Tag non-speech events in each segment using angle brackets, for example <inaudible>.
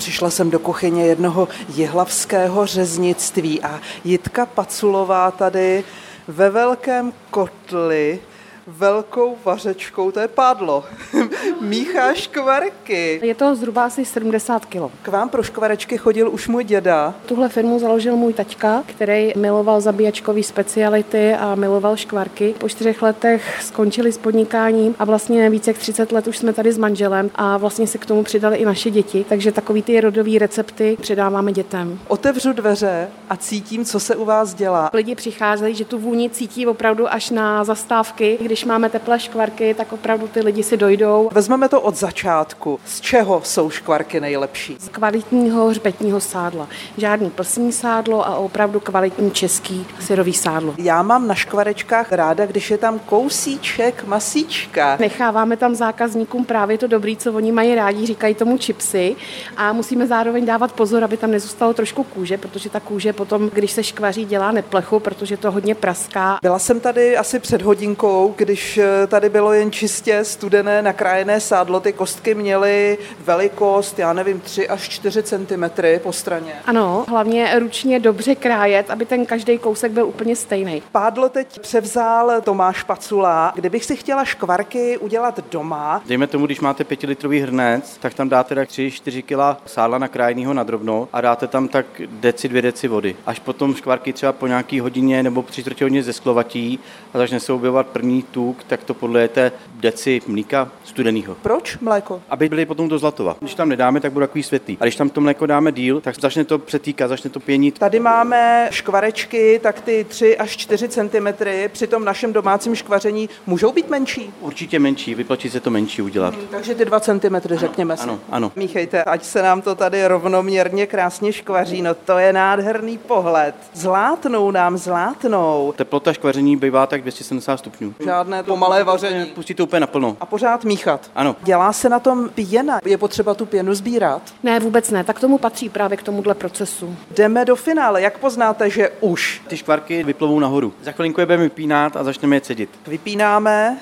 Přišla jsem do kuchyně jednoho jihlavského řeznictví a Jitka Paculová tady ve velkém kotli velkou vařečkou, to je pádlo, <laughs> míchá škvarky. Je to zhruba asi 70 kg. K vám pro škvarečky chodil už můj děda. Tuhle firmu založil můj taťka, který miloval zabíjačkové speciality a miloval škvarky. Po čtyřech letech skončili s podnikáním a vlastně více jak 30 let už jsme tady s manželem a vlastně se k tomu přidali i naše děti, takže takový ty rodové recepty předáváme dětem. Otevřu dveře a cítím, co se u vás dělá. Lidi přicházejí, že tu vůni cítí opravdu až na zastávky, když když máme teplé škvarky, tak opravdu ty lidi si dojdou. Vezmeme to od začátku. Z čeho jsou škvarky nejlepší? Z kvalitního hřbetního sádla. Žádný plsní sádlo a opravdu kvalitní český syrový sádlo. Já mám na škvarečkách ráda, když je tam kousíček, masíčka. Necháváme tam zákazníkům právě to dobrý, co oni mají rádi, říkají tomu chipsy a musíme zároveň dávat pozor, aby tam nezůstalo trošku kůže, protože ta kůže potom, když se škvaří, dělá neplechu, protože to hodně praská. Byla jsem tady asi před hodinkou, když eh, tady bylo jen čistě studené nakrájené sádlo, ty kostky měly velikost, já nevím, 3 až 4 cm po straně. Ano, hlavně ručně dobře krájet, aby ten každý kousek byl úplně stejný. Pádlo teď převzal Tomáš Pacula. Kdybych si chtěla škvarky udělat doma. Dejme tomu, když máte 5-litrový hrnec, tak tam dáte tak 3-4 kg sádla nakrájeného na drobno a dáte tam tak deci, dvě deci vody. Až potom škvarky třeba po nějaký hodině nebo při čtvrtě hodině zesklovatí a začne se objevovat první tuk, tak to podlejete deci mlíka studeného. Proč mléko? Aby byly potom do zlatova. Když tam nedáme, tak bude takový světlý. A když tam to mléko dáme díl, tak začne to přetýkat, začne to pěnit. Tady máme škvarečky, tak ty 3 až 4 cm. Při tom našem domácím škvaření můžou být menší? Určitě menší, vyplatí se to menší udělat. Hmm, takže ty 2 cm, řekněme ano, si. Ano, ano. Míchejte, ať se nám to tady rovnoměrně krásně škvaří. No to je nádherný pohled. Zlátnou nám, zlátnou. Teplota škvaření bývá tak 270 stupňů žádné to pomalé vaření. Pustíte úplně naplno. A pořád míchat. Ano. Dělá se na tom pěna. Je potřeba tu pěnu sbírat? Ne, vůbec ne. Tak tomu patří právě k tomuhle procesu. Jdeme do finále. Jak poznáte, že už? Ty škvarky vyplovou nahoru. Za chvilinku je budeme vypínat a začneme je cedit. Vypínáme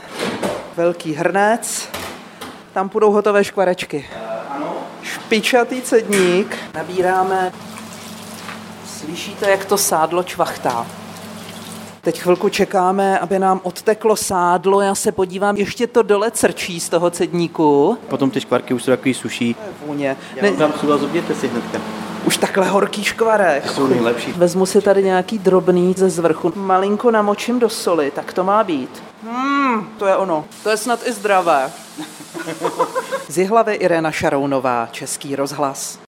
velký hrnec. Tam budou hotové škvarečky. Ano. Špičatý cedník. Nabíráme. Slyšíte, jak to sádlo čvachtá. Teď chvilku čekáme, aby nám odteklo sádlo. Já se podívám, ještě to dole crčí z toho cedníku. Potom ty škvarky už jsou takový suší. Vůně. Já ne... vám suva, zobněte si hnedka. Už takhle horký škvarek. Jsou nejlepší. Vezmu si tady nějaký drobný ze zvrchu. Malinko namočím do soli, tak to má být. Hmm, to je ono. To je snad i zdravé. Z Jihlavy Irena Šarounová, Český rozhlas.